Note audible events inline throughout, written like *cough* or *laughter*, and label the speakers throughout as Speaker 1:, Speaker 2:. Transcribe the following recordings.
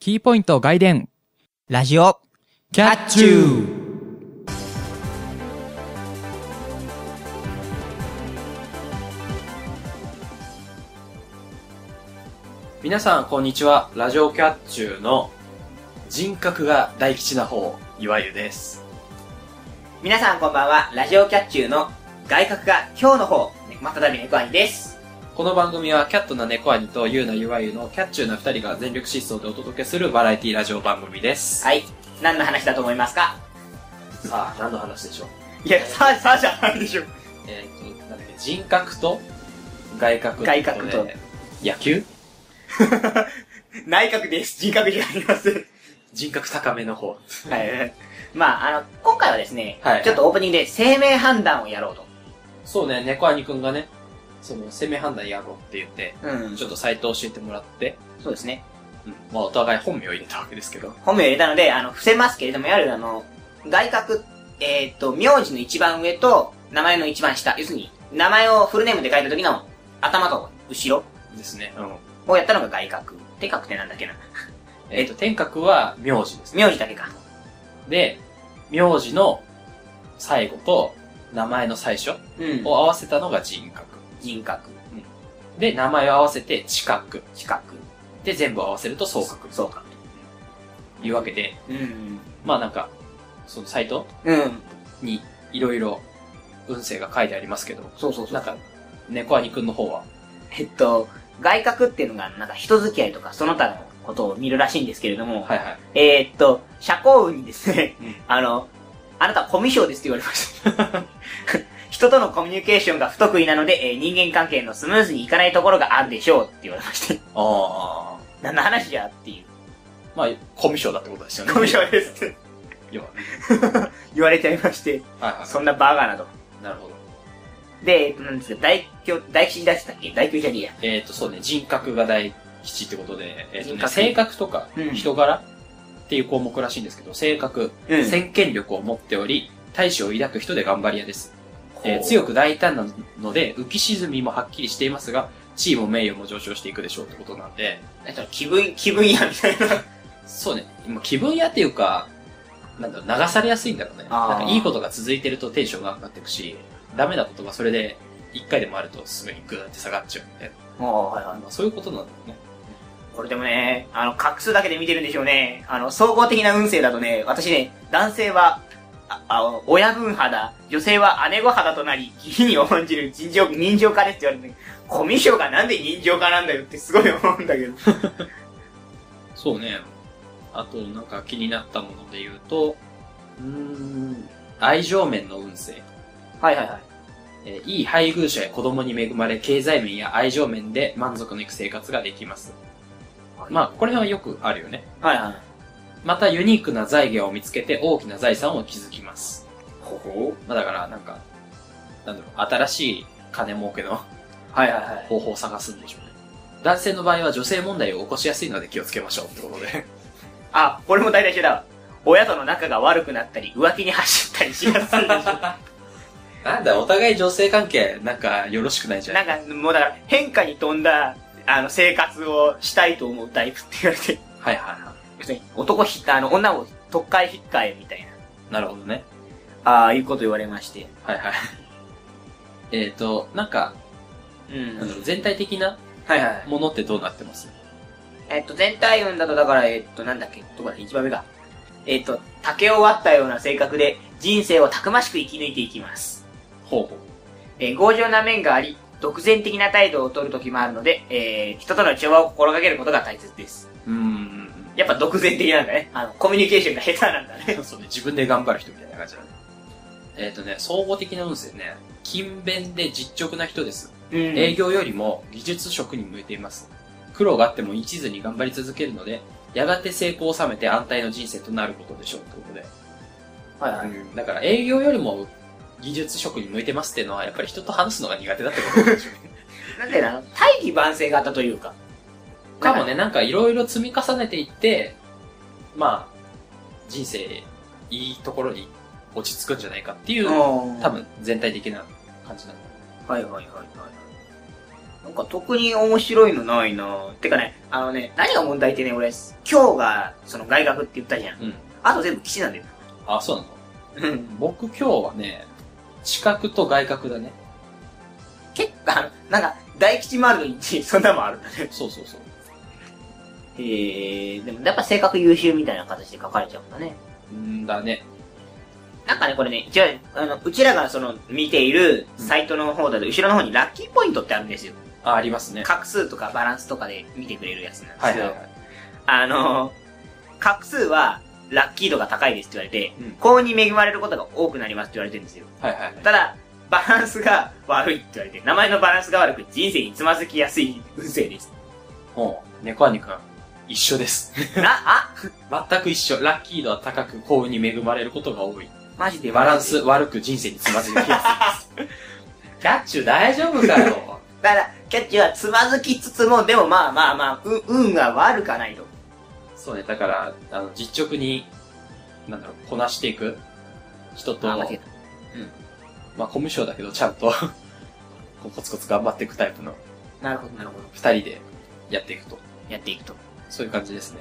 Speaker 1: キーポイント外伝、
Speaker 2: ラジオ、
Speaker 1: キ
Speaker 2: ャッチュ
Speaker 1: ー
Speaker 3: 皆さん、こんにちは。ラジオキャッチューの人格が大吉な方、いわゆるです。
Speaker 2: 皆さんこんばんは、ラジオキャッチューの外角が今日の方、またたび猫兄です。
Speaker 3: この番組はキャットな猫兄とユーナユワユのキャッチューな二人が全力疾走でお届けするバラエティラジオ番組です。
Speaker 2: はい、何の話だと思いますか
Speaker 3: さあ、何の話でしょう
Speaker 2: いや、さあ、さあじゃないでしょ。
Speaker 3: えー、っと、なんだっけ、人格と外角と。
Speaker 2: 外角と。
Speaker 3: 野球
Speaker 2: 内閣です。人格じゃありません。
Speaker 3: 人格高めの方。
Speaker 2: はい。まあ、あの、今回はですね、
Speaker 3: はい
Speaker 2: ちょっとオープニングで生命判断をやろうと。
Speaker 3: そうね、猫兄くんがね、その、攻め判断やろうって言って、
Speaker 2: うん
Speaker 3: ちょっとサイトを教えてもらって、
Speaker 2: そうですね。
Speaker 3: まあ、お互い本名を入れたわけですけど。
Speaker 2: 本名を入れたので、あの、伏せますけれども、やはりあの、外角、えーっと、名字の一番上と、名前の一番下、要するに、名前をフルネームで書いた時の頭と後ろ
Speaker 3: ですね。うん。
Speaker 2: をやったのが外角。で、確定なんだっけな。
Speaker 3: えーっと、天格は名字ですね。
Speaker 2: 名字だけか。
Speaker 3: で、名字の最後と名前の最初
Speaker 2: うん。
Speaker 3: を合わせたのが人格。
Speaker 2: 人格、
Speaker 3: で、名前を合わせて知覚。
Speaker 2: 四角、
Speaker 3: で、全部合わせると総格。
Speaker 2: そうか。
Speaker 3: いうわけで、
Speaker 2: うん。
Speaker 3: まあなんか、そのサイト
Speaker 2: うん。
Speaker 3: にいろいろ運勢が書いてありますけど、
Speaker 2: そうそうそう。
Speaker 3: なんか、猫兄くんの方は、
Speaker 2: えっと、外角っていうのが、なんか人付き合いとかその他のことを見るらしいんですけれども、
Speaker 3: はいはい。
Speaker 2: えーっと、社交運にですね、
Speaker 3: うん
Speaker 2: あの、あなたはコミュ障ですって言われました。 *laughs* 人とのコミュニケーションが不得意なので、えー人間関係のスムーズにいかないところがあるでしょうって言われまして、
Speaker 3: ああ。
Speaker 2: 何の話じゃっていう。
Speaker 3: まあ、コミュ障だってことですよね。
Speaker 2: コミュ障ですって
Speaker 3: 要はね
Speaker 2: *laughs* 言われちゃいまして、
Speaker 3: はいは
Speaker 2: そんなバカなと。
Speaker 3: い。なるほど。
Speaker 2: で、えーっと、なんですか、大凶、大吉だってたっけ大吉じゃねえや。
Speaker 3: えっ、と、そうね、人格が大吉ってことで、えーと
Speaker 2: 人
Speaker 3: ね、
Speaker 2: 格
Speaker 3: 性格とか
Speaker 2: うん
Speaker 3: 人柄っていう項目らしいんですけど、性格、
Speaker 2: うん
Speaker 3: 先見力を持っており、大志を抱く人で頑張り屋です。えー
Speaker 2: ほう
Speaker 3: 強く大胆なので、浮き沈みもはっきりしていますが、地位も名誉も上昇していくでしょうってことなんで、
Speaker 2: なんか気分、 *laughs* 気分屋みたいな。
Speaker 3: そうね、今気分屋っていうか、なんだろう、流されやすいんだろうね。
Speaker 2: あー
Speaker 3: なんかいいことが続いてるとテンションが上がっていくし、ダメなことがそれで一回でもあるとすぐにグーって下がっちゃうみたいな。
Speaker 2: もう、はいはい。
Speaker 3: まあ、そういうことなんだろうね。
Speaker 2: これでもね、あの、画数だけで見てるんでしょうね。あの、総合的な運勢だとね、私ね、男性は、あ、あ親分肌、女性は姉御肌となり、義理に重んじる人情、人情家ですって言われてね、コミュ障がなんで人情家なんだよってすごい思うんだけど。
Speaker 3: そうね。あと、なんか気になったもので言うと、うーん、愛情面の運勢。
Speaker 2: はいはいはい。
Speaker 3: えーいい配偶者や子供に恵まれ、経済面や愛情面で満足のいく生活ができます。まあ、これはよくあるよね。
Speaker 2: はいはい。
Speaker 3: また、ユニークな財源を見つけて、大きな財産を築きます。
Speaker 2: ほほ
Speaker 3: まあ、だから、なんか、なんだろう、新しい金儲けの
Speaker 2: はいはいはい。
Speaker 3: 方法を探すんでしょうね。男性の場合は女性問題を起こしやすいので気をつけましょうってことで。
Speaker 2: あ、これも大体一緒だわ。親との仲が悪くなったり、浮気に走ったりしやすいでしょ。
Speaker 3: *laughs* なんだ、お互い女性関係、なんか、よろしくないじゃ
Speaker 2: *laughs*
Speaker 3: ん
Speaker 2: なんか、もうだから、変化に富んだ、あの、生活をしたいと思うタイプって言われて。
Speaker 3: はいはいは
Speaker 2: 別に男ひあの、女を特会引っかえみたい
Speaker 3: い。なるほどね。
Speaker 2: な、ああ、いうこと言われまして。
Speaker 3: はい *laughs* はい。えっ、ー、と、なんか、
Speaker 2: うん
Speaker 3: なんだろう全体的な
Speaker 2: はいはい。
Speaker 3: ものってどうなってます
Speaker 2: えっと、全体運だと、だから、えっと、なんだっけ、どこだ、一番目だ。えっと、竹を割ったような性格で、人生をたくましく生き抜いていきます。
Speaker 3: ほうほう。
Speaker 2: えー強情な面があり、独善的な態度を取る時もあるので、えー人との調和を心がけることが大切です。
Speaker 3: うーん。
Speaker 2: やっぱ独善的なんだね。あの、コミュニケーションが下手なんだね。
Speaker 3: そうね、自分で頑張る人みたいな感じだね。えっ、ー、とね、総合的な運勢ね。勤勉で実直な人です。
Speaker 2: うん。
Speaker 3: 営業よりも技術職に向いています。苦労があっても一途に頑張り続けるので、やがて成功を収めて安泰の人生となることでしょうということで。
Speaker 2: はいはい。
Speaker 3: うんだから営業よりも技術職に向いてますっていうのは、やっぱり人と話すのが苦手だってことなんでしょうね。
Speaker 2: なんでな、大義万世型というか。
Speaker 3: かもね、なんかいろいろ積み重ねていって、まあ、人生、いいところに落ち着くんじゃないかっていうう、
Speaker 2: ん。
Speaker 3: 多分全体的な感じなんだ。
Speaker 2: はいはいはいはい。なんか特に面白いのないなてかね、あのね、何が問題ってね、俺、今日が、その外学って言ったじゃん。
Speaker 3: うん。
Speaker 2: あと全部基地なんだよ。
Speaker 3: あ、そうなの
Speaker 2: うん
Speaker 3: 僕今日はね、知覚と外覚 *laughs* だね。
Speaker 2: 結構、あの、なんか、大吉もあるのに、そんなもある。
Speaker 3: そうそうそう。
Speaker 2: へえでもやっぱ性格優秀みたいな形で書かれちゃうんだね。
Speaker 3: うんだね。
Speaker 2: なんかね、これね、一応、あの、うちらがその、見ているサイトの方だと、後ろの方にラッキーポイントってあるんですよ。
Speaker 3: あ、ありますね。
Speaker 2: 画数とかバランスとかで見てくれるやつなんです
Speaker 3: は
Speaker 2: け
Speaker 3: い
Speaker 2: ど、
Speaker 3: はいはい。
Speaker 2: あの、画数は、ラッキー度が高いですって言われて、
Speaker 3: うん
Speaker 2: 幸運に恵まれることが多くなりますって言われてるんですよ。
Speaker 3: はいはいはい。
Speaker 2: ただ、バランスが悪いって言われて、名前のバランスが悪く、人生につまずきやすい運
Speaker 3: *laughs*
Speaker 2: 勢です。
Speaker 3: もう、猫兄くん、一緒です。
Speaker 2: な、あ
Speaker 3: 全く一緒。ラッキー度は高く幸運に恵まれることが多い。
Speaker 2: マジで
Speaker 3: バランス悪く人生につまずきやすい *laughs* です。キャッチュー大丈夫かよ。
Speaker 2: だから、キャッチはつまずきつつも、でもまあまあまあ、う運が悪かないと。
Speaker 3: そうね、だから、あの、実直に、なんだろう、こなしていく人と、
Speaker 2: あ間違えた
Speaker 3: まあ、コミュ障だけど、ちゃんと、 *laughs* こうコツコツ頑張っていくタイプの
Speaker 2: なるほど、なるほど。
Speaker 3: 二人でやっていくと。
Speaker 2: やっていくと。
Speaker 3: そういう感じですね。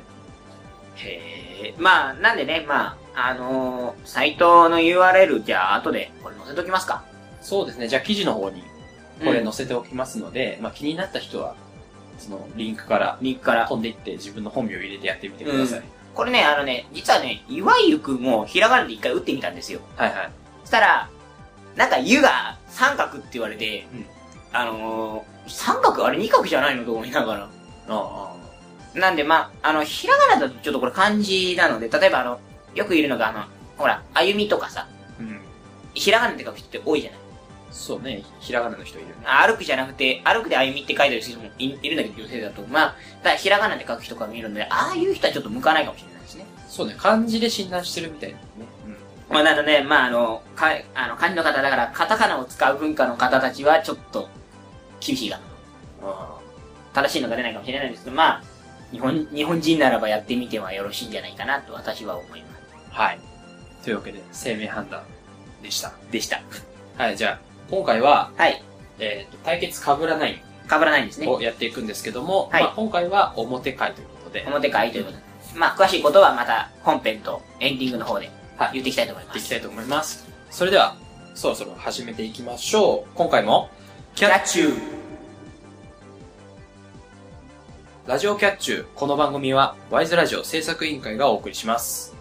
Speaker 2: へえ。まあ、なんでね、まあ、あのー、サイトの URL、じゃあ後でこれ載せときますか。
Speaker 3: そうですね、じゃあ記事の方にこれ載せておきますので、まあ、気になった人は、そのリンクから
Speaker 2: リンクから。
Speaker 3: 飛んでいって自分の本名を入れてやってみてください。
Speaker 2: うこれね、あのね、実はね、いわゆくんもひらがなで一回打ってみたんですよ。
Speaker 3: はいはい。
Speaker 2: そしたら、なんか湯が三角って言われて、
Speaker 3: うん
Speaker 2: あのー、三角あれ二角じゃないのと思いながら。
Speaker 3: あ
Speaker 2: なんで、まあ、あの、ひらがなだとちょっとこれ漢字なので、例えばあの、よくいるのがあの、ほら、歩みとかさ、
Speaker 3: あ、うん。
Speaker 2: ひらがなって書く人って多いじゃない
Speaker 3: そうね、ひらがなの人いるね。
Speaker 2: あ歩くじゃなくて、歩くで歩みって書いてる人もいいるんだけど、女性だと。まあ、だからひらがなで書く人が見るので、ああいう人はちょっと向かないかもしれないですね。
Speaker 3: そうね、漢字で診断してるみたいなね。
Speaker 2: まあ、なので、まあ、あの、かあの漢字の方だから、カタカナを使う文化の方たちは、ちょっと、厳しいかな。
Speaker 3: うん。あ
Speaker 2: 正しいのが出ないかもしれないですけど、まあ、日本、日本人ならばやってみてはよろしいんじゃないかなと私は思います。
Speaker 3: あ。はい。というわけで、生命判断でした。
Speaker 2: でした。
Speaker 3: はい、じゃあ、今回は、
Speaker 2: はい。
Speaker 3: えっ、と、対決かぶらない
Speaker 2: 被らないんですね。
Speaker 3: をやっていくんですけども、
Speaker 2: はい
Speaker 3: まあ、今回は表会ということで、や
Speaker 2: 表会ということで。まあ、詳しいことはまた本編とエンディングの方で
Speaker 3: はい
Speaker 2: 言っていきたいと思いま
Speaker 3: っていき
Speaker 2: す。
Speaker 3: たいと思います。それでは、そろそろ始めていきましょう。今回も、キャッチューラジオキャッチュー。この番組は、ワイズラジオ制作委員会がお送りします。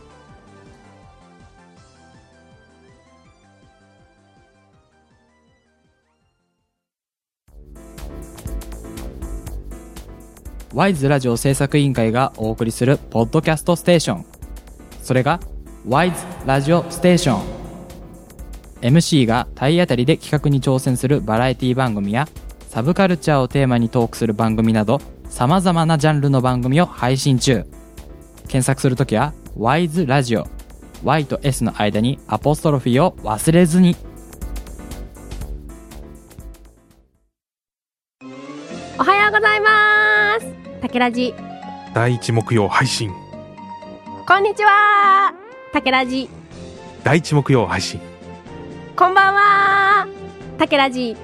Speaker 3: ワイズラジオ制作委員会がお送りするポッドキャストステーション。それが、ワイズラジオステーション。MC が体当たりで企画に挑戦するバラエティ番組やサブカルチャーをテーマにトークする番組などさまざまなジャンルの番組を配信中検索するときは「WISE ラジオ」Y と S の間にアポストロフィーを忘れずに
Speaker 1: おはようございます。竹ラジ。
Speaker 4: 第一木曜配信
Speaker 1: こんにちは。竹ラジ。
Speaker 4: 第一木曜配信
Speaker 1: こんばんは。竹ラジ。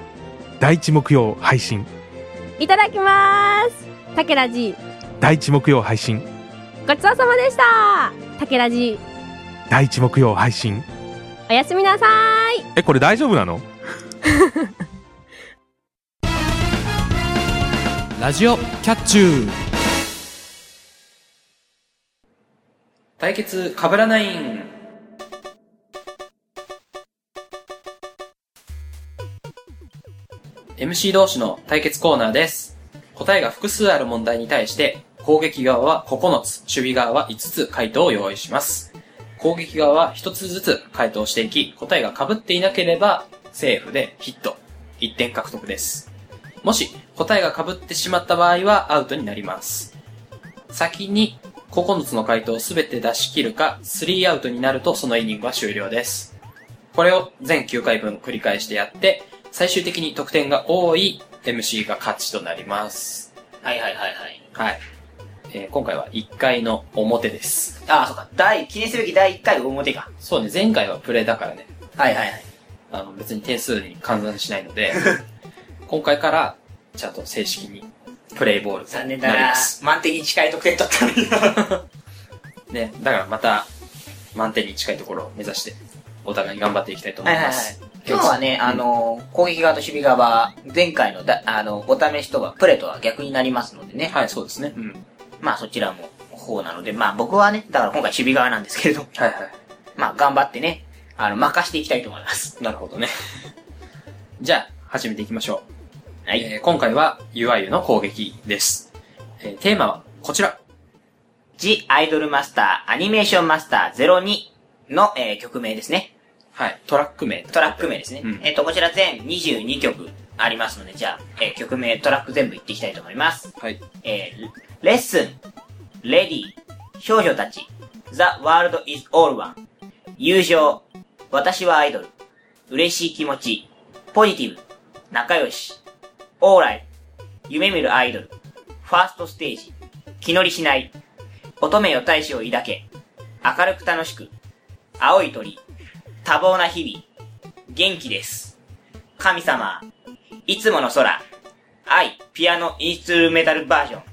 Speaker 4: 第一木曜配信
Speaker 1: いただきます。竹ラジ。
Speaker 4: 第一木曜配信
Speaker 1: ごちそうさまでした。竹ラジ。
Speaker 4: 第一木曜配信
Speaker 1: おやすみなさい。
Speaker 4: えこれ大丈夫なの
Speaker 5: ラジオキャッチュー
Speaker 3: 対決かぶらないんMC 同士の対決コーナーです答えが複数ある問題に対して攻撃側は9つ守備側は5つ回答を用意します攻撃側は1つずつ回答していき答えが被っていなければセーフでヒット1点獲得ですもし答えが被ってしまった場合はアウトになります先に9つの回答を全て出し切るか、3アウトになるとそのイニングは終了です。これを全9回分繰り返してやって、最終的に得点が多い MC が勝ちとなります。
Speaker 2: はいはいはいは
Speaker 3: は
Speaker 2: い。
Speaker 3: い。えー今回は1回の表です。
Speaker 2: ああ、そうか。第、記念すべき第1回表か。
Speaker 3: そうね、前回はプレイだからね、
Speaker 2: はいはいはい。 *laughs*
Speaker 3: あの別に点数に換算しないので、今回からちゃんと正式にプレイボールと
Speaker 2: 残念だ
Speaker 3: なり
Speaker 2: な
Speaker 3: ます。
Speaker 2: 満点に近い得点取ったのにな。
Speaker 3: ね、だからまた満点に近いところを目指して、お互いに頑張っていきたいと思
Speaker 2: はいいはいは
Speaker 3: ま
Speaker 2: い
Speaker 3: す。。
Speaker 2: 今日はね、あの、攻撃側と守備側、前回のだ、あの、お試しとは、プレーとは逆になりますのでね。
Speaker 3: はい、そうですね。
Speaker 2: うん。まあそちらも方なので、まあ僕はね、だから今回守備側なんですけれど、
Speaker 3: はいは
Speaker 2: まあ頑張ってね、あの、任していきたいと思います。
Speaker 3: い。なるほどね。 *laughs* じゃあ、始めていきましょう。
Speaker 2: はい。
Speaker 3: えー今回は、ゆあゆの攻撃です。えーテーマはこちら。
Speaker 2: ジ・アイドルマスター、アニメーションマスター02の、えー曲名ですね。
Speaker 3: はい、トラック名。
Speaker 2: トラック名ですね。
Speaker 3: うん
Speaker 2: えっ、と、こちら全22曲ありますので、じゃあ、えー曲名、トラック全部いっていきたいと思います。
Speaker 3: はい。
Speaker 2: えーレッスン、レディ、少女たち、The World is All One、友情、私はアイドル、嬉しい気持ち、ポジティブ、仲良し、オーライ、夢見るアイドル、ファーストステージ、気乗りしない、乙女よ大志を抱け、明るく楽しく、青い鳥、多忙な日々、元気です。神様、いつもの空、愛、ピアノ、インストゥルメタルバージョン、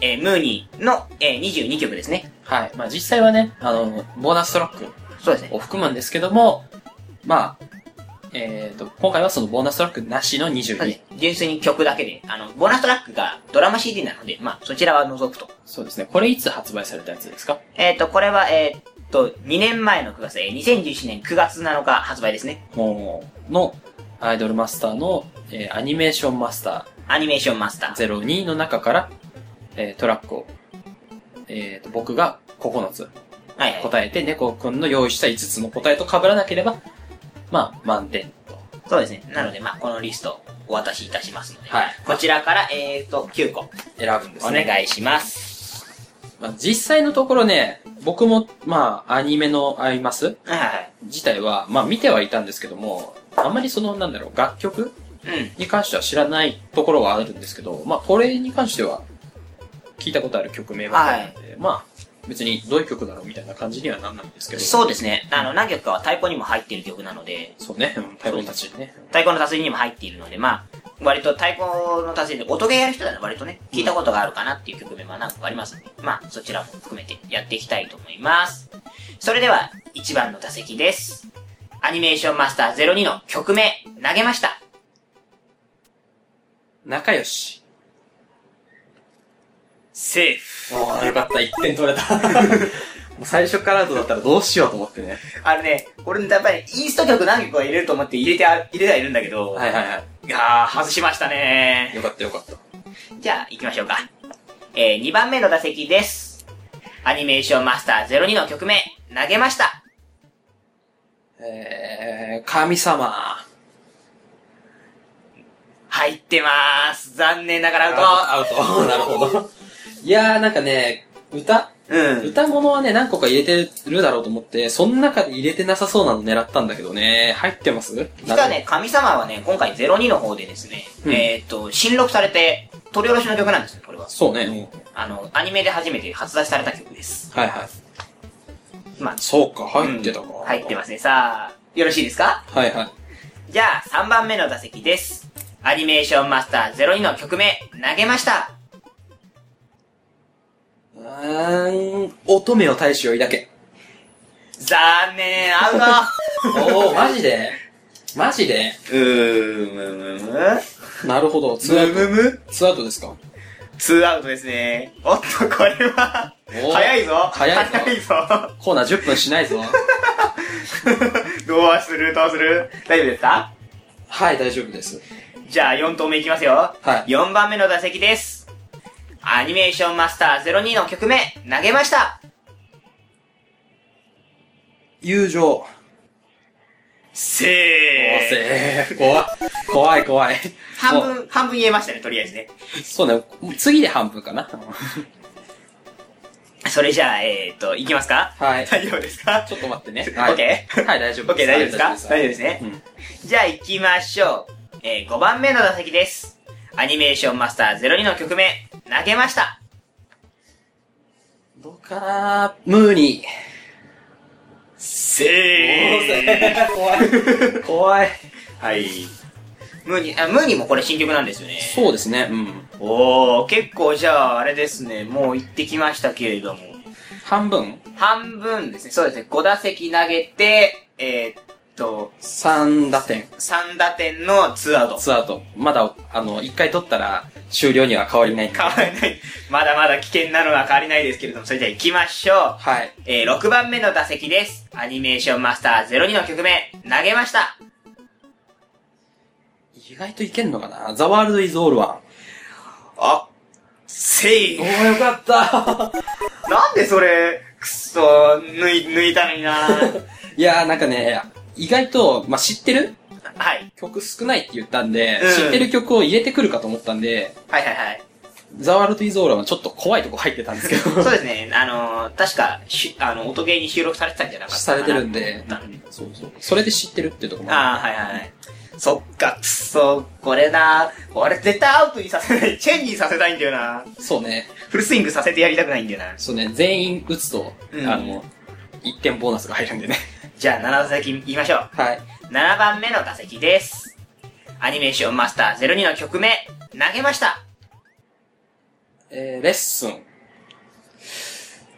Speaker 2: えームーニーの、えー22曲ですね。
Speaker 3: はい。まあ実際はね、あの、ボーナストラック
Speaker 2: そうですね。
Speaker 3: を含むんですけども、まあ、えっ、と、今回はそのボーナストラックなしの
Speaker 2: そうで
Speaker 3: 22
Speaker 2: す。ね純粋に曲だけで、あの、ボーナストラックがドラマ CD なので、まあ、そちらは除くと。
Speaker 3: そうですね。これいつ発売されたやつですか
Speaker 2: えっ、と、これは、えっ、と、2年前の9月、えー2017年9月7日発売ですね。
Speaker 3: もうのアイドルマスターの、えーアニメーションマスタ
Speaker 2: アニメーションマスタ
Speaker 3: ー
Speaker 2: ー。
Speaker 3: 02の中から、えートラックを、えーと僕が9つ
Speaker 2: はいはい。
Speaker 3: 答えて、猫くんの用意した5つの答えと被らなければ、まあ、満点と。
Speaker 2: そうですね。なので、まあ、このリストをお渡しいたしますので、
Speaker 3: はい
Speaker 2: こちらから、えっ、と、9個、
Speaker 3: 選ぶんで
Speaker 2: お
Speaker 3: すね。
Speaker 2: 願いします。
Speaker 3: まあ、実際のところね、僕も、まあ、アニメのアイマス
Speaker 2: はいはい
Speaker 3: 自体は、まあ、見てはいたんですけども、あんまりその、なんだろう、楽曲
Speaker 2: はい。うん。
Speaker 3: に関しては知らないところはあるんですけど、まあ、これに関しては、聞いたことある曲名ばかりなんで、まあ、別にどういう曲だろうみたいな感じにはなんないんですけど、
Speaker 2: そうですね。あの、何曲かは太鼓にも入っている曲なので、
Speaker 3: そうね、うん太鼓たちにね。
Speaker 2: 太鼓の達人にも入っているので、まあ、割と太鼓の達人で音ゲーやる人なら割とね、聞いたことがあるかなっていう曲名は何個かありますので、まあ、そちらも含めてやっていきたいと思います。それでは、1番の打席です。アニメーションマスター02の曲名、投げました。
Speaker 3: 仲良し。
Speaker 2: セーフ。
Speaker 3: ああ、よかった、1点取れ *laughs* た。もう最初からだったらどうしようと思ってね。
Speaker 2: あのね、俺やっぱりインスト曲何曲か入れると思って入れてあ、入れてはいるんだけど、
Speaker 3: はいはいはい。
Speaker 2: いやー、外しましたね
Speaker 3: よかったよかった。
Speaker 2: じゃあ、行きましょうか。えー、2番目の打席です。アニメーションマスター02の曲名、投げました。
Speaker 3: えー、神様。
Speaker 2: 入ってまーす。残念ながら
Speaker 3: ア
Speaker 2: アウ
Speaker 3: ウト。 *laughs* なるほど。いやー、なんかね、歌
Speaker 2: ト。うん。
Speaker 3: 歌物はね、何個か入れてるだろうと思って、その中で入れてなさそうなの狙ったんだけどね、入ってます
Speaker 2: 実はね、神様はね、今回02の方でですね、
Speaker 3: うん
Speaker 2: えーっと、新録されて、取り下ろしの曲なんですね、これは。
Speaker 3: そうね。
Speaker 2: あの、アニメで初めて発売された曲です。
Speaker 3: はいはい。
Speaker 2: まあ、
Speaker 3: そうか、入
Speaker 2: うん
Speaker 3: ってたか。。
Speaker 2: 入ってますすね。さあ、よろしいですか
Speaker 3: はいはい。
Speaker 2: じゃあ、3番目の打席です。アニメーションマスター02の曲名、投げました。
Speaker 3: うーん、乙女を大使を抱け。
Speaker 2: 残念、アウト
Speaker 3: お
Speaker 2: *laughs*
Speaker 3: ー、マジでマジで *laughs*
Speaker 2: うーむむむ。
Speaker 3: なるほど、ツーアウ
Speaker 2: むむ
Speaker 3: ト。ツーアウトですか。
Speaker 2: ツーアウトですね。おっと、これは、
Speaker 3: おー
Speaker 2: 早いぞ。
Speaker 3: 早いぞ
Speaker 2: ぞ *laughs*
Speaker 3: コーナー10分しないぞ。
Speaker 2: どうするどうする大丈夫ですか
Speaker 3: はい、大丈夫です。
Speaker 2: じゃあ、4投目いきますよ。
Speaker 3: はい
Speaker 2: 4番目の打席です。アニメーションマスター02の曲目、投げました。
Speaker 3: 友情。
Speaker 2: せー。
Speaker 3: 怖怖い怖い。
Speaker 2: 半
Speaker 3: もう。
Speaker 2: 分、半分言えましたね、とりあえずね。
Speaker 3: そうね、もう次で半分かな。
Speaker 2: それじゃあ、えーっと、いきますか
Speaker 3: はい
Speaker 2: 大丈夫ですか
Speaker 3: ちょっと待ってね。
Speaker 2: はい
Speaker 3: *laughs* はい、大丈
Speaker 2: オ
Speaker 3: 夫
Speaker 2: ッケー、大丈夫ですか大丈夫ですね。
Speaker 3: うん
Speaker 2: じゃあ行きましょう。えー、5番目の打席です。アニメーションマスター02の曲名、投げました。
Speaker 3: どうかなムーニー。
Speaker 2: せ
Speaker 3: 怖い。怖い。
Speaker 2: はい。ムーニー、あ、ムーニーもこれ新曲なんですよね。
Speaker 3: そうですね。うん。
Speaker 2: おー、結構じゃあ、あれですね、もう行ってきましたけれども。
Speaker 3: 半分
Speaker 2: 半分ですね、そうですね、5打席投げて、えーっと、
Speaker 3: ?3 打点。
Speaker 2: 3打点のツーアウト。
Speaker 3: ツーアウト。まだ、あの、1回取ったら終了には変わりないんで
Speaker 2: 変わらない。まだまだ危険なのは変わりないですけれども、それじゃあ行きましょう。
Speaker 3: はい。
Speaker 2: えー、6番目の打席です。アニメーションマスター02の曲名、投げました。
Speaker 3: 意外といけんのかなザワールドイズオールワ
Speaker 2: あ、せい
Speaker 3: ン。お。ー、よかった
Speaker 2: なんでそれ、くっそ、抜い、抜いたの
Speaker 3: *laughs*
Speaker 2: にな
Speaker 3: *laughs* いやーなんかね、意外と、まあ、知ってる
Speaker 2: はい。
Speaker 3: 曲少ないって言ったんで、
Speaker 2: うん
Speaker 3: 知ってる曲を入れてくるかと思ったんで、
Speaker 2: はいはいはい。
Speaker 3: ザワールドイズオールワンちょっと怖いとこ入ってたんですけど、
Speaker 2: そうですね、あのー、確か、しゅあの、音ゲーに収録されてたんじゃなかったか
Speaker 3: さ
Speaker 2: な
Speaker 3: れてるんで
Speaker 2: なる、
Speaker 3: そうそう。それで知ってるっていうところもあ
Speaker 2: ああ、はいはいはい。そっか、くっそ、これな俺絶対アウトにさせない。チェンジにさせたいんだよな
Speaker 3: るそうね。
Speaker 2: フルスイングさせてやりたくないんだよな
Speaker 3: そうね、全員打つと、
Speaker 2: うん
Speaker 3: あの、1点ボーナスが入るんでね。 *laughs*
Speaker 2: じゃあ、7打席言いましょう。
Speaker 3: はい。
Speaker 2: 7番目の打席です。アニメーションマスター02の曲名、投げました。
Speaker 3: えー、レッスン。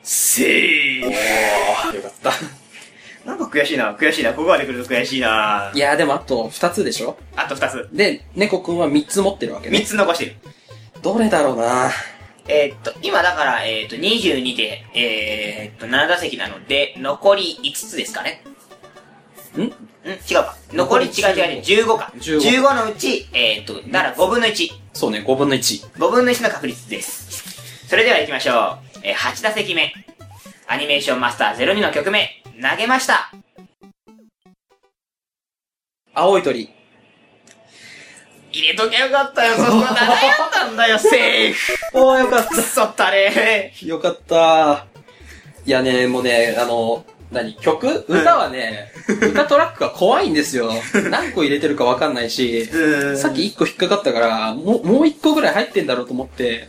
Speaker 2: せー。
Speaker 3: おー、よかった。。
Speaker 2: なんか悔しいな、悔しいな。ここまで来ると悔しいない
Speaker 3: やーでもあと2つでしょ
Speaker 2: あと2つ。
Speaker 3: で、猫くんは3つ持ってるわけ
Speaker 2: 3
Speaker 3: ね。
Speaker 2: つ残してる。
Speaker 3: どれだろうな
Speaker 2: えーっと、今だから、えーっと、22で、えーっと、7打席なので、残り5つですかね。
Speaker 3: ん
Speaker 2: ん違うか。残り違う
Speaker 3: 残り
Speaker 2: 違う違う、15か。
Speaker 3: 15
Speaker 2: 15のうち、えーっと、だから5分の1。
Speaker 3: そうね、5分の1。
Speaker 2: 5分の1の確率です。それでは行きましょう。えー8打席目。アニメーションマスター02の曲名、投げました。
Speaker 3: 青い鳥。
Speaker 2: 入れときゃよかったよ、そこは悩んだんだよ、セーフ。
Speaker 3: おー、よかっ
Speaker 2: くっそったれ
Speaker 3: た。よかった。いやね、もうね、あの、何曲歌はね、歌トラックが怖いんです *laughs* よ。何個入れてるかわかんないし、
Speaker 2: ー。
Speaker 3: さっき1個引っかかったから、もう、もう1個ぐらい入ってんだろうと思って、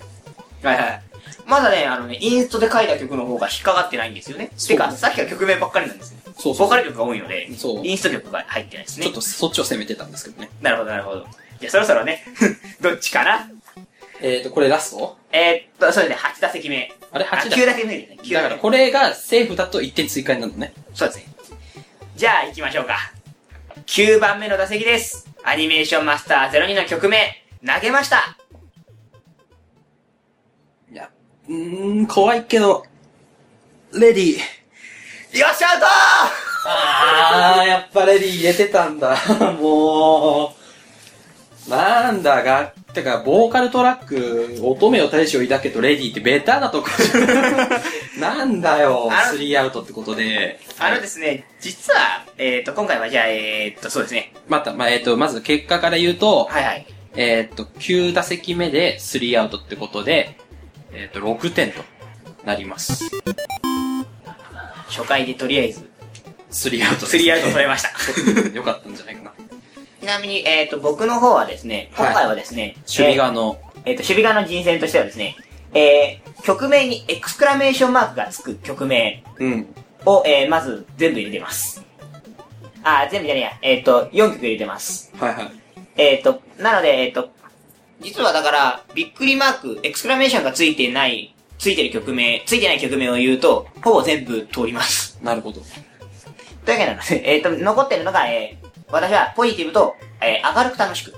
Speaker 2: はいはい。まだね、あのね、インストで書いた曲の方が引っかかってないんですよね。
Speaker 3: そう
Speaker 2: てか、さっきは曲名ばっかりなんですね。
Speaker 3: そうそ
Speaker 2: ボ
Speaker 3: う
Speaker 2: ーカル曲が多いので、
Speaker 3: そう
Speaker 2: インスト曲が入ってないですね。
Speaker 3: ちょっとそっちを攻めてたんですけどね。
Speaker 2: なるほど、なるほど。じゃあそろそろね、 *laughs* どっちかな
Speaker 3: えーと、これラスト
Speaker 2: えー、っと、そうですね、8打席目。
Speaker 3: あれ
Speaker 2: あ
Speaker 3: ?8
Speaker 2: 9
Speaker 3: だ。
Speaker 2: 打席目ですね。9
Speaker 3: だからこれがセーフだと1点追加になるのね。
Speaker 2: そうですね。じゃあ行きましょうか。9番目の打席です。アニメーションマスター02の曲名、投げました。
Speaker 3: いや、うーん、怖いけど、レディー。
Speaker 2: よっしゃ、アウト
Speaker 3: あー、やっぱレディー入れてたんだ。 *laughs* もう、なんだが、てか、ボーカルトラック、乙女を大将抱けとレディーってベタな *laughs* とこなんだよ
Speaker 2: あ、の
Speaker 3: スリーアウトってことで。
Speaker 2: あのですね、実は、えー、っと、今回はじゃあ、えー、っと、そうですね。
Speaker 3: また、まあ、えっ、と、まず結果から言うと、
Speaker 2: はいはい。
Speaker 3: えっ、と、9打席目で3アウトってことで、えっ、と、6点となります。
Speaker 2: 初回でとりあえず、
Speaker 3: 3アウトです、
Speaker 2: スリーアウト取れました。 *laughs*
Speaker 3: ト。 *laughs* よかったんじゃないかな。
Speaker 2: ちなみに、えっ、と、僕の方はですね、
Speaker 3: はい
Speaker 2: 今回はですね、
Speaker 3: 守備側の、
Speaker 2: えっ、えーと、守備側の人選としてはですね、えー、曲名にエクスクラメーションマークがつく曲名
Speaker 3: うん。
Speaker 2: を、えー、まず全部入れてます。あー、全部じゃねえや。えっ、と、4曲入れてます。
Speaker 3: はいはい。
Speaker 2: えっ、と、なので、えっ、と、実はだから、びっくりマーク、エクスクラメーションがついてない、ついてる曲名、ついてない曲名を言うと、ほぼ全部通ります。
Speaker 3: なるほど。
Speaker 2: というわけなので、え *laughs* っ、と、残ってるのが、えー、私はポジティブと、えー、明るく楽しく。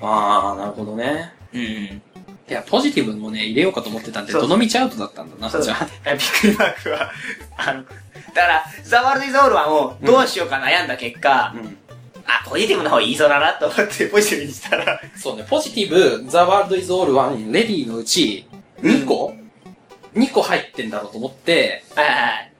Speaker 3: ああ、なるほどね。
Speaker 2: うん。
Speaker 3: いや、ポジティブもね、入れようかと思ってたんで、
Speaker 2: そう
Speaker 3: どの道アウトだったんだ
Speaker 2: そ
Speaker 3: な、
Speaker 2: う
Speaker 3: じ
Speaker 2: だ
Speaker 3: ゃあ。。
Speaker 2: ビックリマークは、あの、だから、ザワールドイズオールワンをどうしようか悩んだ結果、
Speaker 3: うん。
Speaker 2: あ、ポジティブの方言いそうだなと思ってポジティブにしたら、
Speaker 3: そうね、ポジティブ、ザワールドイズオールワン、レディーのうち、2個、?2 個入ってんだろうと思って、
Speaker 2: はいはいはい。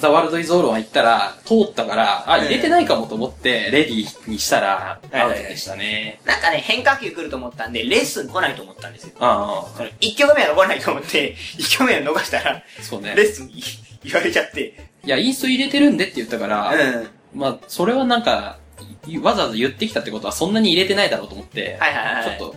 Speaker 3: ザワールドイズオールワン行ったら、通ったから、あ、
Speaker 2: ええ
Speaker 3: 入れてないかもと思って、レディーにしたら、
Speaker 2: ええ
Speaker 3: アウトでしたね。
Speaker 2: なんかね、変化球来ると思ったんで、レッスン来ないと思ったんですよ。
Speaker 3: あ
Speaker 2: その、1曲目は来ないと思って、1曲目 *laughs* を逃したら、
Speaker 3: あ、そう
Speaker 2: レ
Speaker 3: ね
Speaker 2: ッ。スンに言われちゃって、
Speaker 3: いや、インスト入れてるんでって言ったから、
Speaker 2: うん。
Speaker 3: まあ、それはなんか、いわざわざ言ってきたってことはそんなに入れてないだろうと思って、
Speaker 2: はいはいはい
Speaker 3: ちょっと、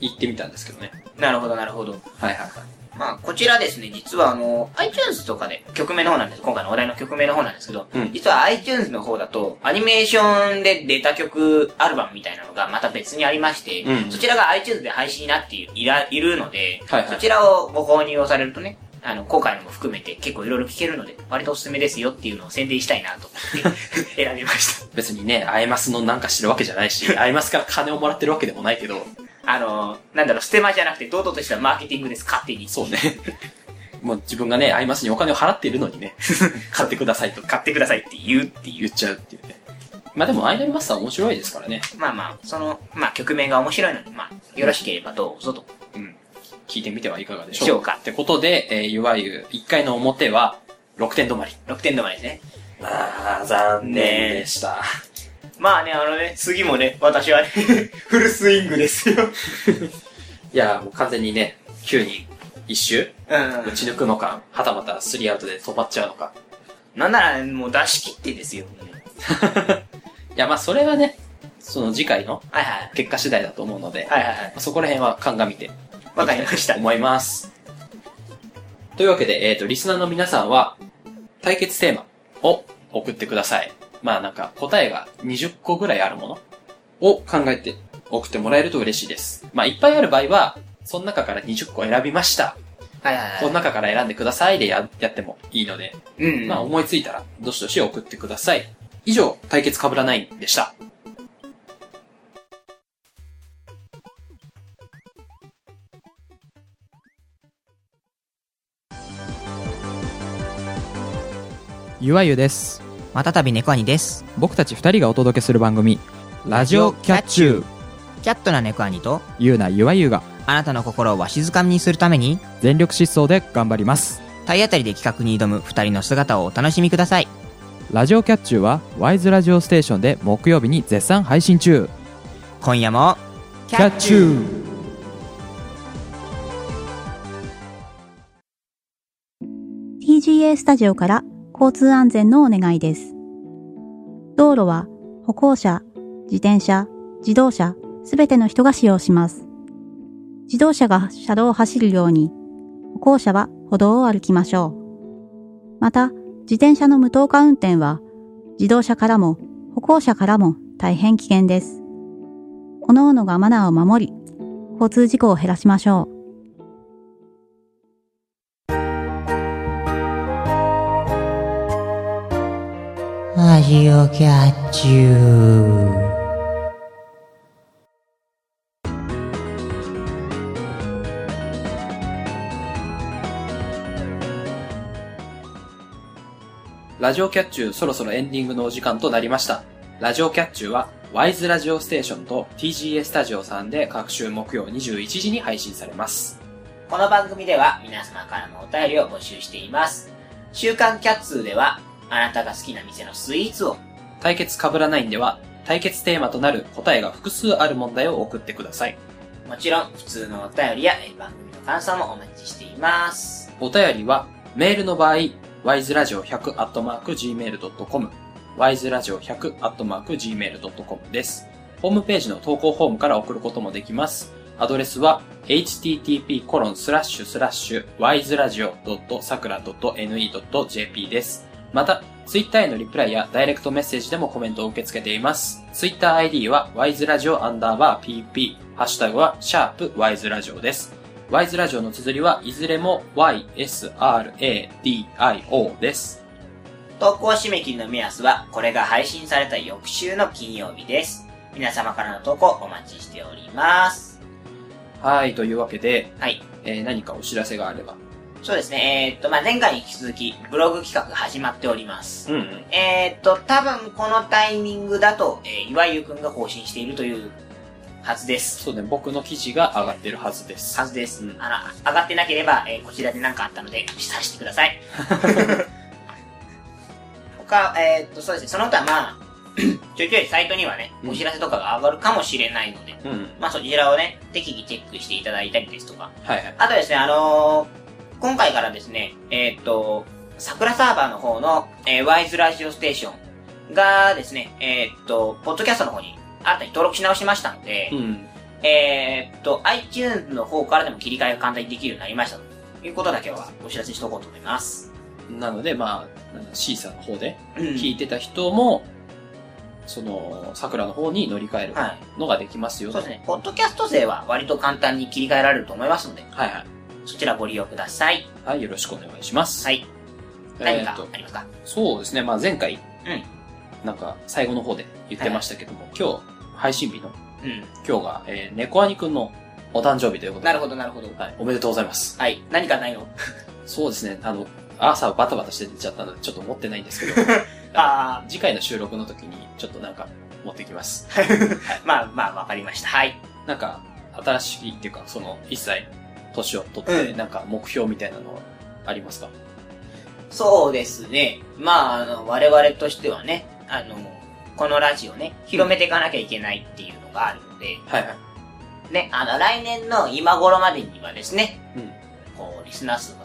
Speaker 3: 行ってみたんですけどね。
Speaker 2: なるほどなるほど。
Speaker 3: はいはいはい。
Speaker 2: まあ、こちらですね、実はあの、iTunes とかで、曲名の方なんです。今回のお題の曲名の方なんですけど、
Speaker 3: うん
Speaker 2: 実は iTunes の方だと、アニメーションで出た曲アルバムみたいなのがまた別にありまして、
Speaker 3: うん
Speaker 2: そちらが iTunes で配信になっていらいるので、
Speaker 3: はいはい
Speaker 2: そちらをご購入をされるとね、あの、今回のも含めて結構いろいろ聞けるので、割とおすすめですよっていうのを宣伝したいなと思って
Speaker 3: *laughs*
Speaker 2: 選びました。
Speaker 3: 別にね、アイマスのなんかしてるわけじゃない *laughs* し、アイマスから金をもらってるわけでもないけど、
Speaker 2: あの、なんだろう、ステマじゃなくて堂々としたマーケティングです、勝手に。
Speaker 3: そうね。 *laughs* もう自分がね、アイマスにお金を払っているの *laughs* にね、買ってくださいと
Speaker 2: 買ってくださいって言うっていう
Speaker 3: 言っちゃうっていうね。まあでも、アイドルマスター面白いですからね。
Speaker 2: まあまあ、その、まあ曲名が面白いので、まあ、よろしければどうぞと。
Speaker 3: うん。聞いてみてはいかがでし
Speaker 2: し
Speaker 3: ょ
Speaker 2: ょ
Speaker 3: う
Speaker 2: う
Speaker 3: か
Speaker 2: か。
Speaker 3: ってことで、えー、いわゆる1回の表は6点止まり。
Speaker 2: 6点止まりですね。
Speaker 3: ああ、残
Speaker 2: 念で
Speaker 3: した。
Speaker 2: まあね、あのね、次もね、私はね、 *laughs* フルスイングですよ。
Speaker 3: いや、もう完全にね、9人一周
Speaker 2: うん
Speaker 3: 打。ち抜くのか、はたまた3アウトで止まっちゃうのか。
Speaker 2: なんなら、もう出し切ってですよ。
Speaker 3: いや、まあそれはね、その次回の
Speaker 2: はいはい。
Speaker 3: 結果次第だと思うので、
Speaker 2: はいはいはい。
Speaker 3: そこら辺は鑑みて
Speaker 2: わかりました。
Speaker 3: 思います。というわけで、えっ、と、リスナーの皆さんは、対決テーマを送ってください。まあなんか、答えが20個ぐらいあるものを考えて送ってもらえると嬉しいです。まあいっぱいある場合は、その中から20個選びました。
Speaker 2: はいはい
Speaker 3: この
Speaker 2: は
Speaker 3: 中から選んでくださいでややってもいいので、
Speaker 2: い。うん。
Speaker 3: まあ思いついたら、どしどし送ってください。以上、対決かぶらないんでした。
Speaker 5: ゆわゆです
Speaker 6: またたび猫兄です。
Speaker 5: 僕たち2人がお届けする番組「ラジオキャッチュー
Speaker 6: キャットな猫兄と、」
Speaker 5: ゆうなゆわゆが
Speaker 6: あなたの心をわしづかみにするために、
Speaker 5: 全力疾走で頑張ります
Speaker 6: 体当たりで企画に挑む二人の姿をお楽しみください。
Speaker 5: ラジオキャッチューはワイズラジオステーションで木曜日に絶賛配信中
Speaker 6: 今夜も、
Speaker 5: キャッチュー
Speaker 7: ー TGA スタジオから交通安全のお願いです。道路は歩行者、自転車、自動車、すべての人が使用します。自動車が車道を走るように、歩行者は歩道を歩きましょう。また、自転車の無灯化運転は、自動車からも歩行者からも大変危険です。各々がマナーを守り、交通事故を減らしましょう。
Speaker 6: ラジオキャッチュー。
Speaker 3: ラジオキャッチューそろそろエンディングのお時間となりました。ラジオキャッチューは、ワイズラジオステーションと TGA スタジオさんで各週木曜21時に配信されます。
Speaker 2: この番組では皆様からのお便りを募集しています。週刊キャッツーでは、あなたが好きな店のスイーツを、
Speaker 3: 対決かぶらないんでは、対決テーマとなる答えが複数ある問題を送ってください。
Speaker 2: もちろん普通のお便りやえ番組の感想もお待ちしています。
Speaker 3: お便りは、メールの場合、wiseradio100-gmail.com、wiseradio100-gmail.com です。ホームページの投稿フォームから送ることもできます。アドレスは、http://wiseradio.sakura.ne.jp です。また、ツイッターへのリプライやダイレクトメッセージでもコメントを受け付けています。ツイッター ID は wiseradio アンダーバー pp、ハッシュタグはシャープ wiseradio です。ワイズラジオの綴りはいずれも YSRADIO です。
Speaker 2: 投稿締め切りの目安は、これが配信された翌週の金曜日です。皆様からの投稿お待ちしております。
Speaker 3: はい、というわけで、
Speaker 2: はい。
Speaker 3: えー何かお知らせがあれば。
Speaker 2: そうですね、えーっと、まあ、前回に引き続き、ブログ企画始まっております。
Speaker 3: んうん。
Speaker 2: えーっと、多分このタイミングだと、えー、岩井ゆうくんが更新しているという、はずです。
Speaker 3: そうね、僕の記事が上がってるはずです
Speaker 2: は。ずです。
Speaker 3: うん
Speaker 2: あの、上がってなければ、えーこちらで何かあったので、察してください。 *laughs* 他、えーっと、そうですね、その他、まあ、 *clears throat* ちょいちょいサイトにはね、お知らせとかが上がるかもしれないので、
Speaker 3: うんうん。
Speaker 2: まあ、そちらをね、適宜チェックしていただいたりですとか。
Speaker 3: はいはい。
Speaker 2: あとですね、あのー今回からですね、えーっと、桜サーバーの方の、えーワイズラジオステーションがですね、えーっと、ポッドキャストの方に新たに登録し直しましたので、
Speaker 3: うん。
Speaker 2: えーっと、iTunes の方からでも切り替えが簡単にできるようになりましたので。いうことだけはお知らせしとこうと思います。
Speaker 3: なので、まあ、なんだシーサーの方で
Speaker 2: うん
Speaker 3: 聞いてた人も、その、桜の方に乗り換える
Speaker 2: はい。
Speaker 3: のができますよ
Speaker 2: そ
Speaker 3: と。
Speaker 2: うですね。ポッドキャスト勢は割と簡単に切り替えられると思いますので、
Speaker 3: はいはい。
Speaker 2: そちらご利用ください。
Speaker 3: はい、よろしくお願いします。
Speaker 2: はい。
Speaker 3: え
Speaker 2: 何
Speaker 3: ー
Speaker 2: か
Speaker 3: と
Speaker 2: ありますか、
Speaker 3: そうですね、まあ前回、
Speaker 2: うん
Speaker 3: なんか最後の方で言ってましたけども、今日、配信日の、
Speaker 2: う
Speaker 3: 今日が、えー、猫兄くんのお誕生日ということ
Speaker 2: ん。
Speaker 3: で。
Speaker 2: なるほど、なるほど。
Speaker 3: はい、おめでとうございます。
Speaker 2: はい。何かないの
Speaker 3: そうですね、あの、朝バタバタして出ちゃったので、ちょっと持ってないんですけ
Speaker 2: *laughs*
Speaker 3: ど、
Speaker 2: あ
Speaker 3: 次回の収録の時に、ちょっとなんか、持ってきます。
Speaker 2: あ、まあまあ、わかりました。はい。
Speaker 3: なんか、新しいっていうか、その、一切、年を取って、
Speaker 2: うん
Speaker 3: なんか、目標みたいなのはありますか
Speaker 2: そうですね。まあ、あの、我々としてはね、あの、このラジオね、広めていかなきゃいけないっていうのがあるので、
Speaker 3: はいはい。
Speaker 2: ね、あの、来年の今頃までにはですね、
Speaker 3: うん
Speaker 2: こう、リスナー数が、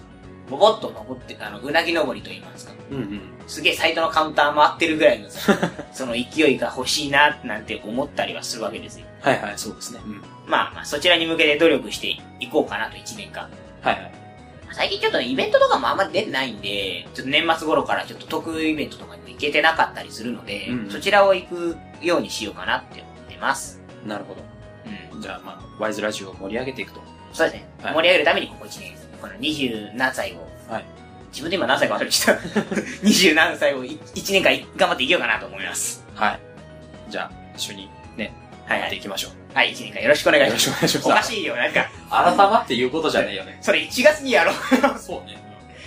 Speaker 2: ボボッと登って、あの、うなぎ登りと言いますか、
Speaker 3: うんうん。
Speaker 2: すげえサイトのカウンター回ってるぐらいの
Speaker 3: *laughs*
Speaker 2: さ、その勢いが欲しいな、なんて思ったりはするわけですよ。
Speaker 3: はいはい、そうですね。うん。
Speaker 2: まあまあ、そちらに向けて努力していこうかなと、1年間。
Speaker 3: はいはい。
Speaker 2: 最近ちょっとイベントとかもあんまり出てないんで、ちょっと年末頃からちょっと特イベントとかにも行けてなかったりするので、
Speaker 3: うん
Speaker 2: そちらを行くようにしようかなって思ってます。
Speaker 3: なるほど。
Speaker 2: うん。
Speaker 3: じゃあ、まあ、ワイズラジオを盛り上げていくと。
Speaker 2: そうですね。
Speaker 3: はい
Speaker 2: 盛り上げるためにここ1年、この20何歳を、
Speaker 3: はい
Speaker 2: 自分で今何歳か忘れちゃった。20何歳を1年間い頑張っていけようかなと思います。
Speaker 3: はい。じゃあ、一緒にね、
Speaker 2: はい
Speaker 3: や
Speaker 2: は
Speaker 3: ってい
Speaker 2: い。
Speaker 3: きましょう。
Speaker 2: はい、1年間よろしくお願いし
Speaker 3: よ
Speaker 2: ま
Speaker 3: ろ
Speaker 2: す
Speaker 3: し。くお願いしま
Speaker 2: *laughs* おか
Speaker 3: す。
Speaker 2: しいよ、なんか。
Speaker 3: 改まって言うことじゃないよね。
Speaker 2: それ1月にやろう。
Speaker 3: そうね。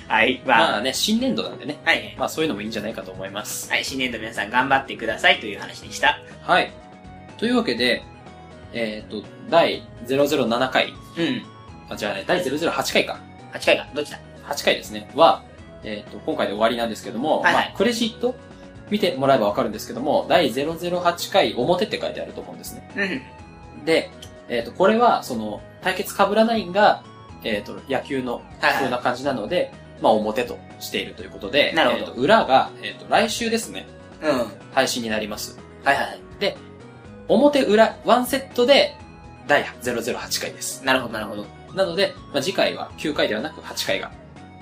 Speaker 2: はい、ま
Speaker 3: ま
Speaker 2: あ、
Speaker 3: あね、新年度なんでね。
Speaker 2: はい。
Speaker 3: まあそういうのもいいんじゃないかと思います。
Speaker 2: はい、新年度皆さん頑張ってくださいという話でした。
Speaker 3: はい。というわけで、えっ、と、第007回、
Speaker 2: うん。
Speaker 3: あ、じゃあね、第008回か。
Speaker 2: 8回か、どっちだ
Speaker 3: 8回ですね。は、えっ、と、今回で終わりなんですけども、
Speaker 2: はいはい
Speaker 3: まあ、クレジット見てもらえばわかるんですけども、第008回表って書いてあると思うんですね。
Speaker 2: うん。
Speaker 3: で、えっ、と、これは、その、対決被らないんが、えっ、と、野球の、
Speaker 2: はいはい
Speaker 3: そうな感じなので、まあ、表としているということで、
Speaker 2: なるほど
Speaker 3: えーと裏が、えっ、と、来週ですね、
Speaker 2: うん。はい
Speaker 3: 配信になります。
Speaker 2: はいはい。
Speaker 3: 表、裏、ワンセットで、第008回です。
Speaker 2: なるほど、なるほど。
Speaker 3: なので、まあ、次回は9回ではなく8回が、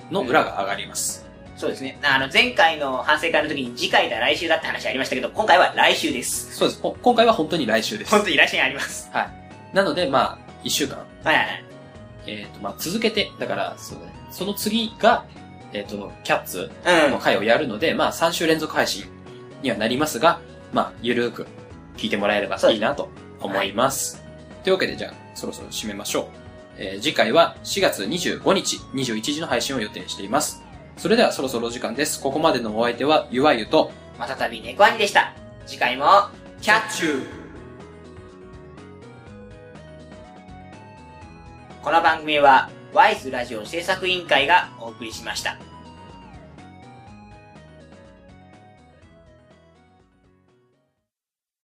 Speaker 3: の裏が上がります。
Speaker 2: そうですね。あの、前回の反省会の時に次回だ、来週だって話ありましたけど、今回は来週です。
Speaker 3: そうです。こ今回は本当に来週です。
Speaker 2: 本当に来週にあります。
Speaker 3: なので、まあ、1週間、
Speaker 2: はいはいはい。
Speaker 3: えっ、と、まあ、続けて、だから、そうだね、その次が、えっ、と、キャッツ、
Speaker 2: うん。
Speaker 3: の回をやるので、まあ3週連続配信にはなりますが、まあゆるーく聞いてもらえればいいなと思います。というわけでじゃあそろそろ締めましょう。えー次回は4月25日21時の配信を予定しています。それではそろそろお時間です。ここまでのお相手はゆわゆと
Speaker 2: またたび猫兄でした。次回も、キャッチューこの番組は、ワイズラジオ制作委員会がお送りしました。